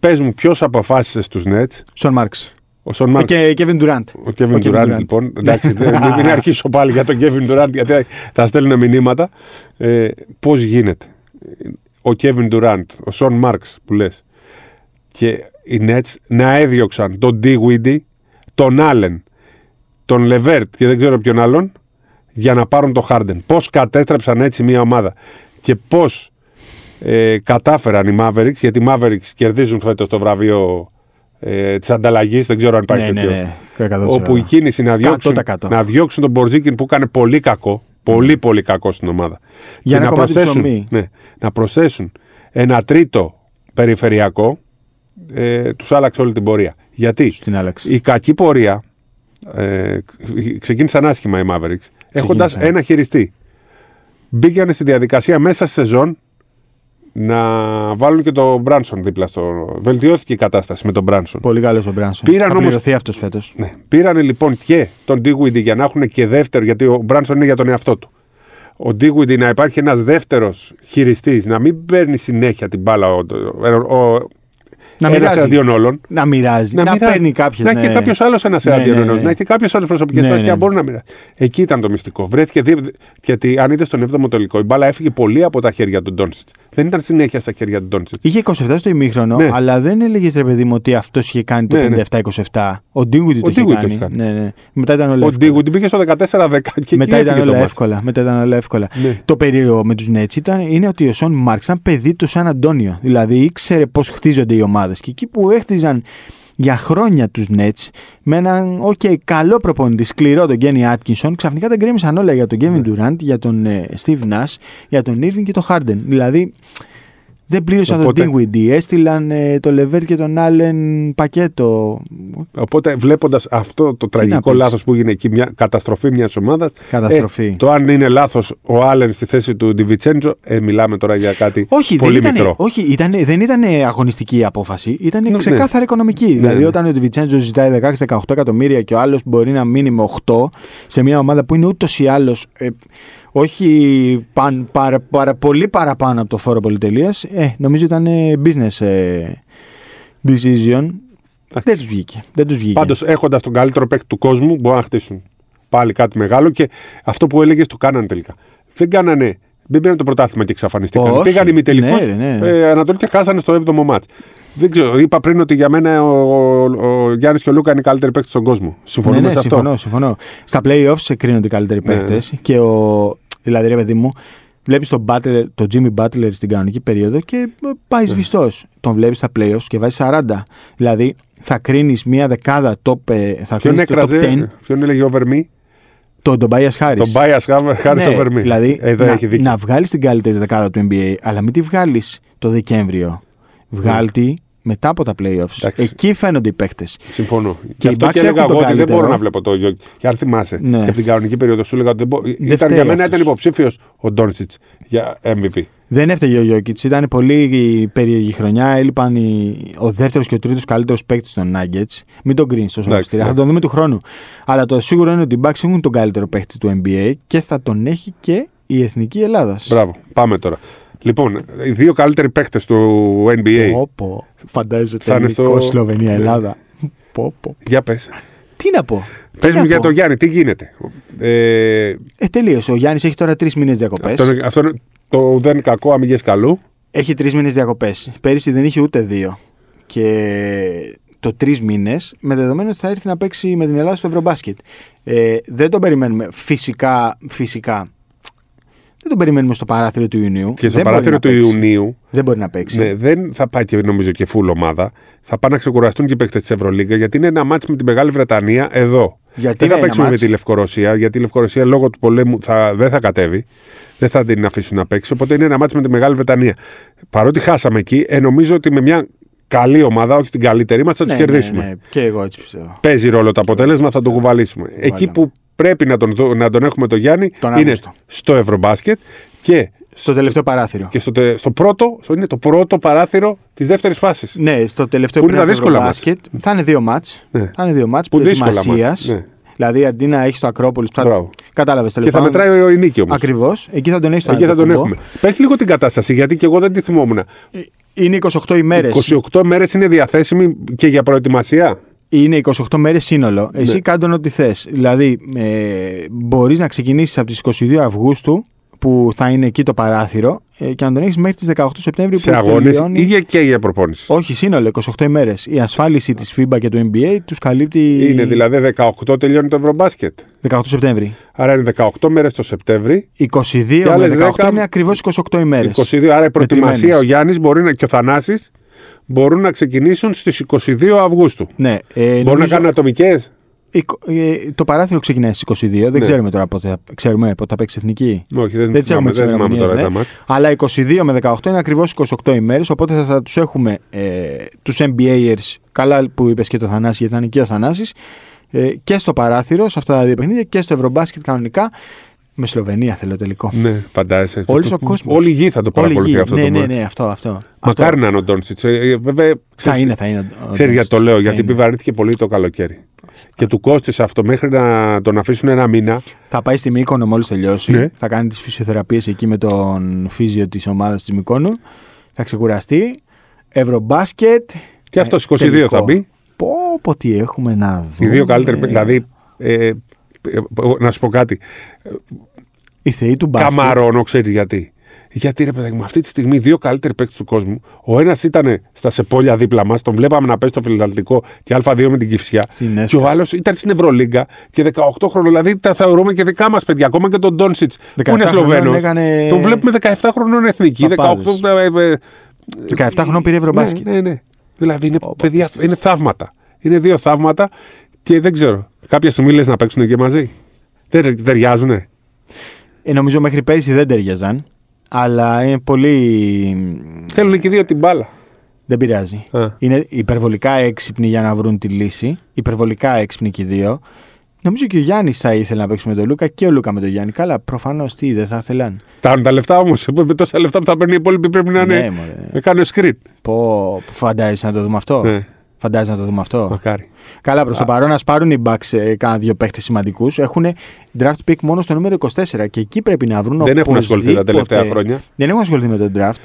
Speaker 2: Πες μου, ποιος αποφάσισε στους Nets,
Speaker 1: Σον Μάρξ. Ε,
Speaker 2: ο Σον Μάρκ.
Speaker 1: Και ε, Κέβιν Ντουράντ.
Speaker 2: Ο Kevin Durant, λοιπόν. Εντάξει, δεν- μην μην αρχίσω πάλι για τον Kevin Durant, γιατί θα στέλνουν μηνύματα. Ε, Πώς γίνεται ο Kevin Durant, ο Σον Μάρξ που λες, και οι Nets να έδιωξαν τον Dewey, τον Allen, τον Λεβέρτ και δεν ξέρω ποιον άλλον, για να πάρουν το Harden. Πώς κατέστρεψαν έτσι μια ομάδα και πώς ε, κατάφεραν οι Mavericks, γιατί οι Mavericks κερδίζουν φέτος το βραβείο ε, της ανταλλαγής, δεν ξέρω αν υπάρχει
Speaker 1: Ναι, ναι,
Speaker 2: τέτοιο
Speaker 1: ναι. 100%.
Speaker 2: όπου η κίνηση να διώξουν,
Speaker 1: 100%.
Speaker 2: να διώξουν τον Μπορζίκιν που έκανε πολύ κακό, πολύ πολύ κακό στην ομάδα.
Speaker 1: Ναι. Για
Speaker 2: Και
Speaker 1: ένα κομμάτι ψωμί.
Speaker 2: προσθέσουν, ναι, να προσθέσουν ένα τρίτο περιφερειακό, ε, τους άλλαξε όλη την πορεία. Γιατί
Speaker 1: Στην άλλαξη.
Speaker 2: η κακή πορεία ε, ξεκίνησαν άσχημα οι Mavericks, έχοντας ένα χειριστή. Μπήκαν στη διαδικασία μέσα στη σεζόν να βάλουν και τον Μπράνσον δίπλα στο... Βελτιώθηκε η κατάσταση με τον Μπράνσον.
Speaker 1: Πολύ καλός ο Μπράνσον.
Speaker 2: Πήραν
Speaker 1: θα
Speaker 2: όμως-
Speaker 1: πληρωθεί αυτός φέτος.
Speaker 2: Ναι. Πήρανε λοιπόν και τον Ντίγουιντι για να έχουν και δεύτερο, γιατί ο Μπράνσον είναι για τον εαυτό του. Ο Ντίγουιντι να υπάρχει ένας δεύτερος χειριστής, να μην παίρνει συνέχεια την μπάλα ο, ο, ο,
Speaker 1: Να
Speaker 2: ένας
Speaker 1: μοιράζει.
Speaker 2: εναντίον όλων.
Speaker 1: Να μοιράζει. Να,
Speaker 2: μοιράζει.
Speaker 1: παίρνει κάποιες.
Speaker 2: Να έχει και κάποιος άλλος ένας
Speaker 1: Ναι,
Speaker 2: εναντίον
Speaker 1: ναι,
Speaker 2: ενό.
Speaker 1: ναι.
Speaker 2: Να έχει κάποιο άλλο προσωπικές
Speaker 1: Ναι,
Speaker 2: ναι, και
Speaker 1: ναι,
Speaker 2: να μπορούν να μοιράσει. Εκεί ήταν το μυστικό. Βρέθηκε. δι- δι- Γιατί αν είδες στον 7ο τελικό, η μπάλα έφυγε πολύ από τα χέρια του Ντόνσιτ. Δεν ήταν συνέχεια στα χέρια του Ντόνσιτ.
Speaker 1: Είχε 27 στο ημίχρονο,
Speaker 2: Ναι.
Speaker 1: αλλά δεν έλεγες ρε παιδί μου ότι αυτός είχε κάνει το
Speaker 2: Ναι, ναι.
Speaker 1: 57-27. Ο Ντίγουιντι το είχε
Speaker 2: Ντίγουιντι το
Speaker 1: κάνει.
Speaker 2: είχε κάνει.
Speaker 1: Ναι, ναι. Μετά ήταν όλα
Speaker 2: Ο
Speaker 1: εύκολα.
Speaker 2: Ντίγουιντι πήγε στο 14-10 και
Speaker 1: Μετά
Speaker 2: εκεί
Speaker 1: ήταν,
Speaker 2: έφυγε το
Speaker 1: όλα
Speaker 2: μάτς.
Speaker 1: εύκολα, μετά ήταν όλα εύκολα.
Speaker 2: Ναι.
Speaker 1: Το περίεργο με τους Νέτ ήταν είναι ότι ο Σον Μάρξ ήταν παιδί του Σαν Αντώνιο. Δηλαδή ήξερε πώς χτίζονται οι ομάδες. Και εκεί που έχτιζαν για χρόνια τους Νέτ με έναν okay, καλό προπονητή, σκληρό τον Γκένι Άτκινσον, ξαφνικά τα γκρέμισαν όλα για τον
Speaker 2: Ναι.
Speaker 1: Κέβιν Ντουραντ, για τον ε, Στίβ Νά, για τον Ήρβιν και τον Χάρντεν. Δηλαδή δεν πλήρωσαν
Speaker 2: Οπότε-
Speaker 1: τον Dingwiddie, έστειλαν ε, το Λεβέρ και τον Άλεν πακέτο.
Speaker 2: Οπότε βλέποντας αυτό το τραγικό
Speaker 1: πεις.
Speaker 2: λάθος που έγινε εκεί, μια καταστροφή μιας ομάδας.
Speaker 1: Καταστροφή.
Speaker 2: το αν είναι λάθος ο Άλεν στη θέση του Ντιβιτσέντζο, ε, μιλάμε τώρα για κάτι
Speaker 1: Όχι,
Speaker 2: πολύ
Speaker 1: δεν
Speaker 2: μικρό.
Speaker 1: ήταν, όχι ήτανε- δεν ήταν αγωνιστική η απόφαση. Ήταν
Speaker 2: Ναι,
Speaker 1: ξεκάθαρα οικονομική. δηλαδή,
Speaker 2: ναι.
Speaker 1: όταν ο Βιτσέντζο ζητάει 16-18 εκατομμύρια και ο άλλος μπορεί να μείνει με 8 σε μια ομάδα που είναι ούτως ή άλλως. Ε, όχι παν, παρα, παρα- πολύ παραπάνω από το φόρο πολυτελείας. Ε, νομίζω ήταν ε, business ε, decision. Δεν τους βγήκε. Δεν τους βγήκε.
Speaker 2: Πάντως έχοντας τον καλύτερο παίκτη του κόσμου, μπορούν να χτίσουν πάλι κάτι μεγάλο και αυτό που έλεγες το κάνανε τελικά. Δεν κάνανε. Δεν πήραν το πρωτάθλημα και εξαφανιστήκαν.
Speaker 1: Όχι.
Speaker 2: Πήγαν ημιτελικό.
Speaker 1: Ναι, ρε, ναι, ναι.
Speaker 2: ε, Ανατολή και χάσανε στο 7ο μάτ. Δεν ξέρω, είπα πριν ότι για μένα ο, ο, ο Γιάννης και ο Λούκα είναι οι καλύτεροι παίκτες στον κόσμο. Συμφωνούμε
Speaker 1: ναι, ναι,
Speaker 2: σε αυτό. Ναι.
Speaker 1: συμφωνώ, συμφωνώ. Στα playoffs σε κρίνονται οι καλύτεροι παίχτε. Και ο. Δηλαδή, ρε παιδί μου, Βλέπεις τον, Butler, τον Jimmy Butler στην κανονική περίοδο και ε,
Speaker 2: Ναι.
Speaker 1: πάει σβηστός. Τον βλέπεις στα playoffs και βάζει 40. Δηλαδή θα κρίνεις μια δεκάδα top, ε, θα
Speaker 2: Ποιον
Speaker 1: κρίνεις το top 10
Speaker 2: έκραζε, ποιον έλεγε over me,
Speaker 1: τον Tobias Harris.
Speaker 2: τον bias χάρη
Speaker 1: Ναι,
Speaker 2: over me. Ε,
Speaker 1: Δηλαδή
Speaker 2: Εδώ
Speaker 1: να,
Speaker 2: έχει δίκιο.
Speaker 1: να βγάλεις την καλύτερη δεκάδα του NBA, αλλά μην τη βγάλεις το Δεκέμβριο. Βγάλει τη μετά από τα playoffs.
Speaker 2: Ναι. Εντάξει.
Speaker 1: Εκεί φαίνονται οι παίκτες.
Speaker 2: Συμφωνώ.
Speaker 1: οι
Speaker 2: Γι' αυτό
Speaker 1: Bucks
Speaker 2: και
Speaker 1: έχουν
Speaker 2: έλεγα
Speaker 1: τον
Speaker 2: εγώ ότι δεν
Speaker 1: καλύτερο.
Speaker 2: μπορώ να βλέπω το Γιώργη. Για να θυμάσαι.
Speaker 1: Ναι.
Speaker 2: Και από την κανονική περίοδο σου έλεγα ότι δεν μπο- ήταν,
Speaker 1: φταίει
Speaker 2: για μένα
Speaker 1: αυτός.
Speaker 2: ήταν υποψήφιος ο Ντόνσιτ για MVP.
Speaker 1: Δεν έφταιγε ο Γιώκητ. Ήταν πολύ περίεργη χρονιά. Έλειπαν οι, ο δεύτερος και ο τρίτος καλύτερος παίκτης των Nuggets. Μην τον κρίνεις τόσο
Speaker 2: Εντάξει,
Speaker 1: αυστηρά.
Speaker 2: ναι.
Speaker 1: Θα τον δούμε του χρόνου. Αλλά το σίγουρο είναι ότι οι Bucks έχουν τον καλύτερο παίκτη του NBA και θα τον έχει και η εθνική Ελλάδας.
Speaker 2: Μπράβο. Πάμε τώρα. Λοιπόν, οι δύο καλύτεροι παίχτε του NBA.
Speaker 1: Όπω φαντάζεσαι
Speaker 2: Θα είναι Ναι.
Speaker 1: τελικό
Speaker 2: στο-
Speaker 1: Σλοβενία-Ελλάδα. Πω, πω.
Speaker 2: Για πες.
Speaker 1: Τι να πω.
Speaker 2: Πες
Speaker 1: τι
Speaker 2: μου
Speaker 1: να
Speaker 2: για
Speaker 1: πω.
Speaker 2: τον Γιάννη, τι γίνεται. Ε,
Speaker 1: Ε, τελείωσε. Ο Γιάννης έχει τώρα τρεις μήνες διακοπές.
Speaker 2: αυτό, είναι- αυτό είναι το δεν είναι κακό, αμυγέ καλού.
Speaker 1: Έχει τρεις μήνες διακοπές. Πέρυσι δεν είχε ούτε δύο. Και το τρεις μήνες, με δεδομένο ότι θα έρθει να παίξει με την Ελλάδα στο Ευρωμπάσκετ. Ε, δεν τον περιμένουμε φυσικά. φυσικά. Δεν τον περιμένουμε στο παράθυρο του Ιουνίου.
Speaker 2: Και στο
Speaker 1: δεν μπορεί
Speaker 2: παράθυρο
Speaker 1: να
Speaker 2: του
Speaker 1: παίξει.
Speaker 2: Ιουνίου
Speaker 1: Δεν μπορεί να παίξει.
Speaker 2: Ναι, δεν θα πάει και νομίζω και full ομάδα. Θα πάνε να ξεκουραστούν και οι παίκτες της Ευρωλίγκα γιατί είναι ένα μάτσο με τη Μεγάλη Βρετανία εδώ.
Speaker 1: Γιατί
Speaker 2: δεν
Speaker 1: είναι
Speaker 2: θα
Speaker 1: ένα
Speaker 2: παίξουμε με
Speaker 1: μάτς?
Speaker 2: τη Λευκορωσία, γιατί η Λευκορωσία λόγω του πολέμου θα, δεν θα κατέβει. Δεν θα την αφήσουν να παίξει. Οπότε είναι ένα μάτσο με τη Μεγάλη Βρετανία. Παρότι χάσαμε εκεί, ε, νομίζω ότι με μια καλή ομάδα, όχι την καλύτερη μας, θα του
Speaker 1: Ναι,
Speaker 2: κερδίσουμε.
Speaker 1: ναι, ναι. Και εγώ έτσι πιστεύω.
Speaker 2: Παίζει ρόλο το αποτέλεσμα, θα το κουβαλήσουμε. Εκεί που πρέπει να τον, δω- να τον έχουμε τον Γιάννη
Speaker 1: Τον
Speaker 2: είναι
Speaker 1: Αύγουστο.
Speaker 2: στο Ευρωμπάσκετ και
Speaker 1: Στο τελευταίο παράθυρο.
Speaker 2: και στο, τε- στο πρώτο, στο- είναι το πρώτο παράθυρο της δεύτερης φάσης.
Speaker 1: Ναι, στο τελευταίο
Speaker 2: Που είναι
Speaker 1: πριν
Speaker 2: τα
Speaker 1: από
Speaker 2: δύσκολα
Speaker 1: το μπάσκετ θα είναι δύο μάτς.
Speaker 2: Ναι.
Speaker 1: Θα είναι δύο μάτς
Speaker 2: Που δύσκολα μάτς,
Speaker 1: προετοιμασίας.
Speaker 2: ναι.
Speaker 1: Δηλαδή αντί να έχεις το Ακρόπολης.
Speaker 2: Μπράβο.
Speaker 1: Θα... Κατάλαβε
Speaker 2: Και θα μετράει ο η νίκη όμως.
Speaker 1: Ακριβώς. Εκεί θα τον έχεις
Speaker 2: Εκεί θα τον έχουμε. Πες λίγο την κατάσταση, γιατί και εγώ δεν τη θυμόμουν.
Speaker 1: Ε, Είναι 28 ημέρε.
Speaker 2: 28 μέρες είναι διαθέσιμη και για προετοιμασία.
Speaker 1: Είναι 28 μέρες σύνολο. Εσύ ναι. κάντον ό,τι θες. Δηλαδή, ε, μπορείς να ξεκινήσεις από τις 22 Αυγούστου που θα είναι εκεί το παράθυρο ε, και να τον έχεις μέχρι τις 18 Σεπτέμβρη
Speaker 2: Σε
Speaker 1: που
Speaker 2: αγώνε
Speaker 1: τελειώνει-
Speaker 2: ή για- και για προπόνηση.
Speaker 1: Όχι, σύνολο 28 ημέρες. Η ασφάλιση της FIBA και του NBA τους καλύπτει
Speaker 2: Είναι δηλαδή 18 τελειώνει το Ευρωμπάσκετ.
Speaker 1: 18 Σεπτέμβρη.
Speaker 2: Άρα είναι 18 μέρες το Σεπτέμβρη.
Speaker 1: 22
Speaker 2: Και άλλες
Speaker 1: με 18
Speaker 2: 10
Speaker 1: είναι ακριβώς 28 ημέρε.
Speaker 2: 22, άρα η προετοιμασία
Speaker 1: Μετρημένες.
Speaker 2: ο Γιάννης μπορεί να, και ο Θανάσης μπορούν να ξεκινήσουν στις 22 Αυγούστου.
Speaker 1: Ναι, ε,
Speaker 2: Μπορούν να
Speaker 1: νομίζω-
Speaker 2: κάνουν ατομικές.
Speaker 1: εικο- ε, το παράθυρο ξεκινάει στις 22. Δεν
Speaker 2: Ναι.
Speaker 1: ξέρουμε τώρα πότε θα, ξέρουμε πότε θα παίξει εθνική.
Speaker 2: Όχι, δεν,
Speaker 1: Δεν τι
Speaker 2: θυμάμαι,
Speaker 1: έχουμε ναι.
Speaker 2: δεν θυμάμαι τώρα τα
Speaker 1: τώρα.
Speaker 2: μάτια.
Speaker 1: Αλλά 22 με 18 είναι ακριβώς 28 ημέρες. Οπότε θα, θα τους έχουμε ε, τους NBAers. Καλά που είπες και το Θανάση, γιατί θα είναι και ο Θανάσης. Ε, και στο παράθυρο, σε αυτά τα δύο παιχνίδια και στο Ευρωμπάσκετ κανονικά. Με Σλοβενία θέλω τελικό.
Speaker 2: Ναι, φαντάζεσαι.
Speaker 1: Όλος
Speaker 2: Το-
Speaker 1: ο κόσμος.
Speaker 2: Όλη η γη θα το
Speaker 1: Όλη η
Speaker 2: παρακολουθεί
Speaker 1: γη.
Speaker 2: αυτό
Speaker 1: ναι,
Speaker 2: το
Speaker 1: ναι,
Speaker 2: μάτι.
Speaker 1: ναι, αυτό. αυτό.
Speaker 2: Μακάρι
Speaker 1: αυτό.
Speaker 2: να είναι ο Ντόνσιτ. Βέβαια,
Speaker 1: Θα
Speaker 2: ξέρεις-
Speaker 1: είναι, θα είναι. ο- ο
Speaker 2: Ξέρεις γιατί το
Speaker 1: Doncic.
Speaker 2: λέω,
Speaker 1: Θα
Speaker 2: γιατί
Speaker 1: είναι.
Speaker 2: επιβαρύνθηκε πολύ το καλοκαίρι. Και του κόστησε αυτό μέχρι να τον αφήσουν ένα μήνα.
Speaker 1: Θα πάει στη Μύκονο μόλις τελειώσει.
Speaker 2: Ναι.
Speaker 1: Θα κάνει τις φυσιοθεραπείες εκεί με τον φύζιο της ομάδας της Μύκονου. Θα ξεκουραστεί. Ευρωμπάσκετ.
Speaker 2: Και αυτός 22 θα μπει.
Speaker 1: Πω, πω τι έχουμε να δούμε.
Speaker 2: Οι δύο καλύτεροι.
Speaker 1: ναι.
Speaker 2: παίκτες, Δηλαδή, ε, ε, να σου πω κάτι.
Speaker 1: Οι θεοί του μπάσκετ.
Speaker 2: Καμαρώνω, ξέρεις γιατί. Γιατί ρε παιδάκι μου, αυτή τη στιγμή οι δύο καλύτεροι παίκτες του κόσμου. Ο ένας ήταν στα σεπόλια δίπλα μας, τον βλέπαμε να παίζει στο φιλανδικό και Α2 με την κυφσιά.
Speaker 1: Στην Έσκα.
Speaker 2: Και ο άλλος ήταν στην Ευρωλίγκα και 18 χρόνων. Δηλαδή τα θεωρούμε και δικά μας παιδιά. Ακόμα και τον Ντόνσιτ που
Speaker 1: 17
Speaker 2: είναι
Speaker 1: χρονών
Speaker 2: Σλοβαίνος.
Speaker 1: έκανε-
Speaker 2: Τον βλέπουμε 17 χρονών εθνική. 18.
Speaker 1: Παπάδες.
Speaker 2: ε, ε,
Speaker 1: 17 χρόνων πήρε Ευρωμπάσκετ.
Speaker 2: ναι, ναι, ναι. Δηλαδή είναι, παιδιά, είναι θαύματα. Είναι δύο θαύματα και δεν ξέρω. Κάποια στιγμή λες να παίξουν και μαζί. Δεν ταιριάζουνε.
Speaker 1: Ε, νομίζω μέχρι πέρυσι δεν ταιριαζαν. Αλλά είναι πολύ.
Speaker 2: Θέλουν και οι δύο την μπάλα.
Speaker 1: Δεν πειράζει.
Speaker 2: Ε.
Speaker 1: Είναι υπερβολικά έξυπνοι για να βρουν τη λύση. Υπερβολικά έξυπνοι και οι δύο. Νομίζω και ο Γιάννης θα ήθελε να παίξει με τον Λούκα και ο Λούκα με τον Γιάννη. Καλά, προφανώς τι, δεν θα ήθελαν.
Speaker 2: Φτάνουν τα λεφτά όμως. Με τόσα λεφτά που θα παίρνει η υπόλοιπη πρέπει να
Speaker 1: Ναι,
Speaker 2: είναι.
Speaker 1: μωρέ.
Speaker 2: να κάνουν screen.
Speaker 1: Πω, φαντάζεσαι να το δούμε αυτό.
Speaker 2: Ναι.
Speaker 1: Φαντάζεσαι να το δούμε αυτό.
Speaker 2: Μακάρι.
Speaker 1: Καλά, προς το παρόν, ας πάρουν οι Bucks ε, κάνα δύο παίχτες σημαντικούς. Έχουν draft pick μόνο στο νούμερο 24 και εκεί πρέπει να βρουν
Speaker 2: Δεν έχουν ασχοληθεί τα
Speaker 1: οπωσδήποτε-
Speaker 2: τελευταία χρόνια.
Speaker 1: Δεν έχουν ασχοληθεί με τον draft.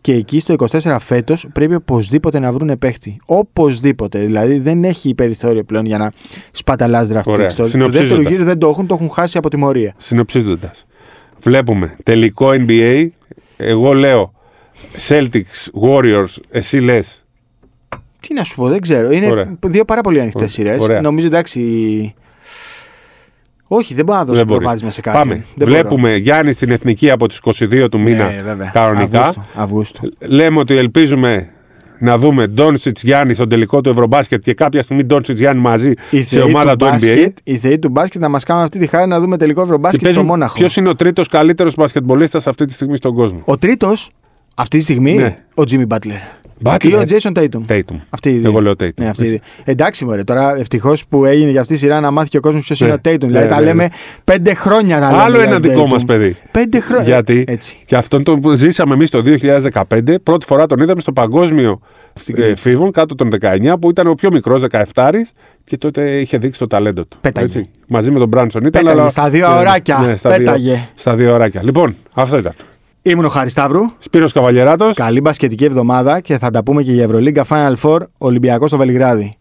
Speaker 1: Και εκεί στο 24 φέτος πρέπει οπωσδήποτε να βρουν παίχτη. Οπωσδήποτε. Δηλαδή δεν έχει περιθώριο πλέον για να σπαταλάς draft
Speaker 2: Ωραία.
Speaker 1: picks. Το- Το
Speaker 2: Συνοψίζοντας.
Speaker 1: δεύτερο γύρο δεν το έχουν, το έχουν χάσει από τιμωρία.
Speaker 2: Συνοψίζοντας. Βλέπουμε τελικό NBA. Εγώ λέω Celtics, Warriors, εσύ λες.
Speaker 1: Τι να σου πω, δεν ξέρω. Είναι
Speaker 2: Ωραία.
Speaker 1: δύο πάρα πολύ ανοιχτές
Speaker 2: Ωραία.
Speaker 1: σειρές.
Speaker 2: Ωραία.
Speaker 1: Νομίζω εντάξει. Όχι, δεν μπορεί να δώσει
Speaker 2: Δεν μπορείς.
Speaker 1: προβάδισμα σε κάποιον.
Speaker 2: Πάμε.
Speaker 1: Δεν μπορώ.
Speaker 2: Βλέπουμε Γιάννη στην εθνική από τις 22 του μήνα
Speaker 1: Ε, βέβαια.
Speaker 2: Ναι, κανονικά.
Speaker 1: Αυγούστου, Αυγούστου.
Speaker 2: Λέμε ότι ελπίζουμε να δούμε Ντόνσιτ Γιάννη στον τελικό του Ευρωμπάσκετ και κάποια στιγμή Ντόνσιτ Γιάννη μαζί
Speaker 1: Οι
Speaker 2: σε
Speaker 1: θεοί,
Speaker 2: ομάδα
Speaker 1: του
Speaker 2: του NBA.
Speaker 1: μπάσκετ, οι θεοί του μπάσκετ να μας κάνουν αυτή τη χάρη να δούμε τελικό ευρωμπάσκετ στο Μόναχο.
Speaker 2: Ποιος είναι ο τρίτος καλύτερος μπασκετμπολίστας αυτή τη στιγμή στον κόσμο.
Speaker 1: Ο τρίτος, αυτή τη στιγμή,
Speaker 2: Ναι.
Speaker 1: ο Jimmy Butler.
Speaker 2: Butler.
Speaker 1: Ή ο Jason Tatum.
Speaker 2: Tatum.
Speaker 1: Αυτή η
Speaker 2: Εγώ λέω Tatum.
Speaker 1: Ναι, αυτή η δύο. Εντάξει, μωρέ, τώρα ευτυχώς που έγινε για αυτή τη σειρά να μάθει και ο κόσμος ποιος
Speaker 2: Ναι.
Speaker 1: είναι ο Tatum.
Speaker 2: Ναι,
Speaker 1: Δηλαδή τα
Speaker 2: ναι,
Speaker 1: λέμε
Speaker 2: ναι.
Speaker 1: πέντε χρόνια να λέμε.
Speaker 2: Άλλο
Speaker 1: για
Speaker 2: ένα
Speaker 1: τον
Speaker 2: δικό
Speaker 1: Tatum.
Speaker 2: μας παιδί.
Speaker 1: Πέντε χρόνια.
Speaker 2: Γιατί
Speaker 1: Ε, Έτσι.
Speaker 2: και αυτόν τον που ζήσαμε εμείς το 2015, πρώτη φορά τον είδαμε στο παγκόσμιο ε, φίβων κάτω των 19, που ήταν ο πιο μικρός 17 και τότε είχε δείξει το ταλέντο του.
Speaker 1: Πέταγε.
Speaker 2: Μαζί με τον Μπράνσον ήταν.
Speaker 1: Πέταγε,
Speaker 2: αλλά-
Speaker 1: στα δύο
Speaker 2: ε,
Speaker 1: αωράκια.
Speaker 2: Ναι, στα, Δύο,
Speaker 1: Πέταγε.
Speaker 2: στα δύο αωράκια. Λοιπόν, αυτό ήταν.
Speaker 1: Ήμουν ο Χάρης Σταύρου.
Speaker 2: Σπύρος Καβαλιεράτος.
Speaker 1: Καλή μπασκετική εβδομάδα και θα τα πούμε και για Ευρωλίγκα Final Four Ολυμπιακός στο Βελιγράδι.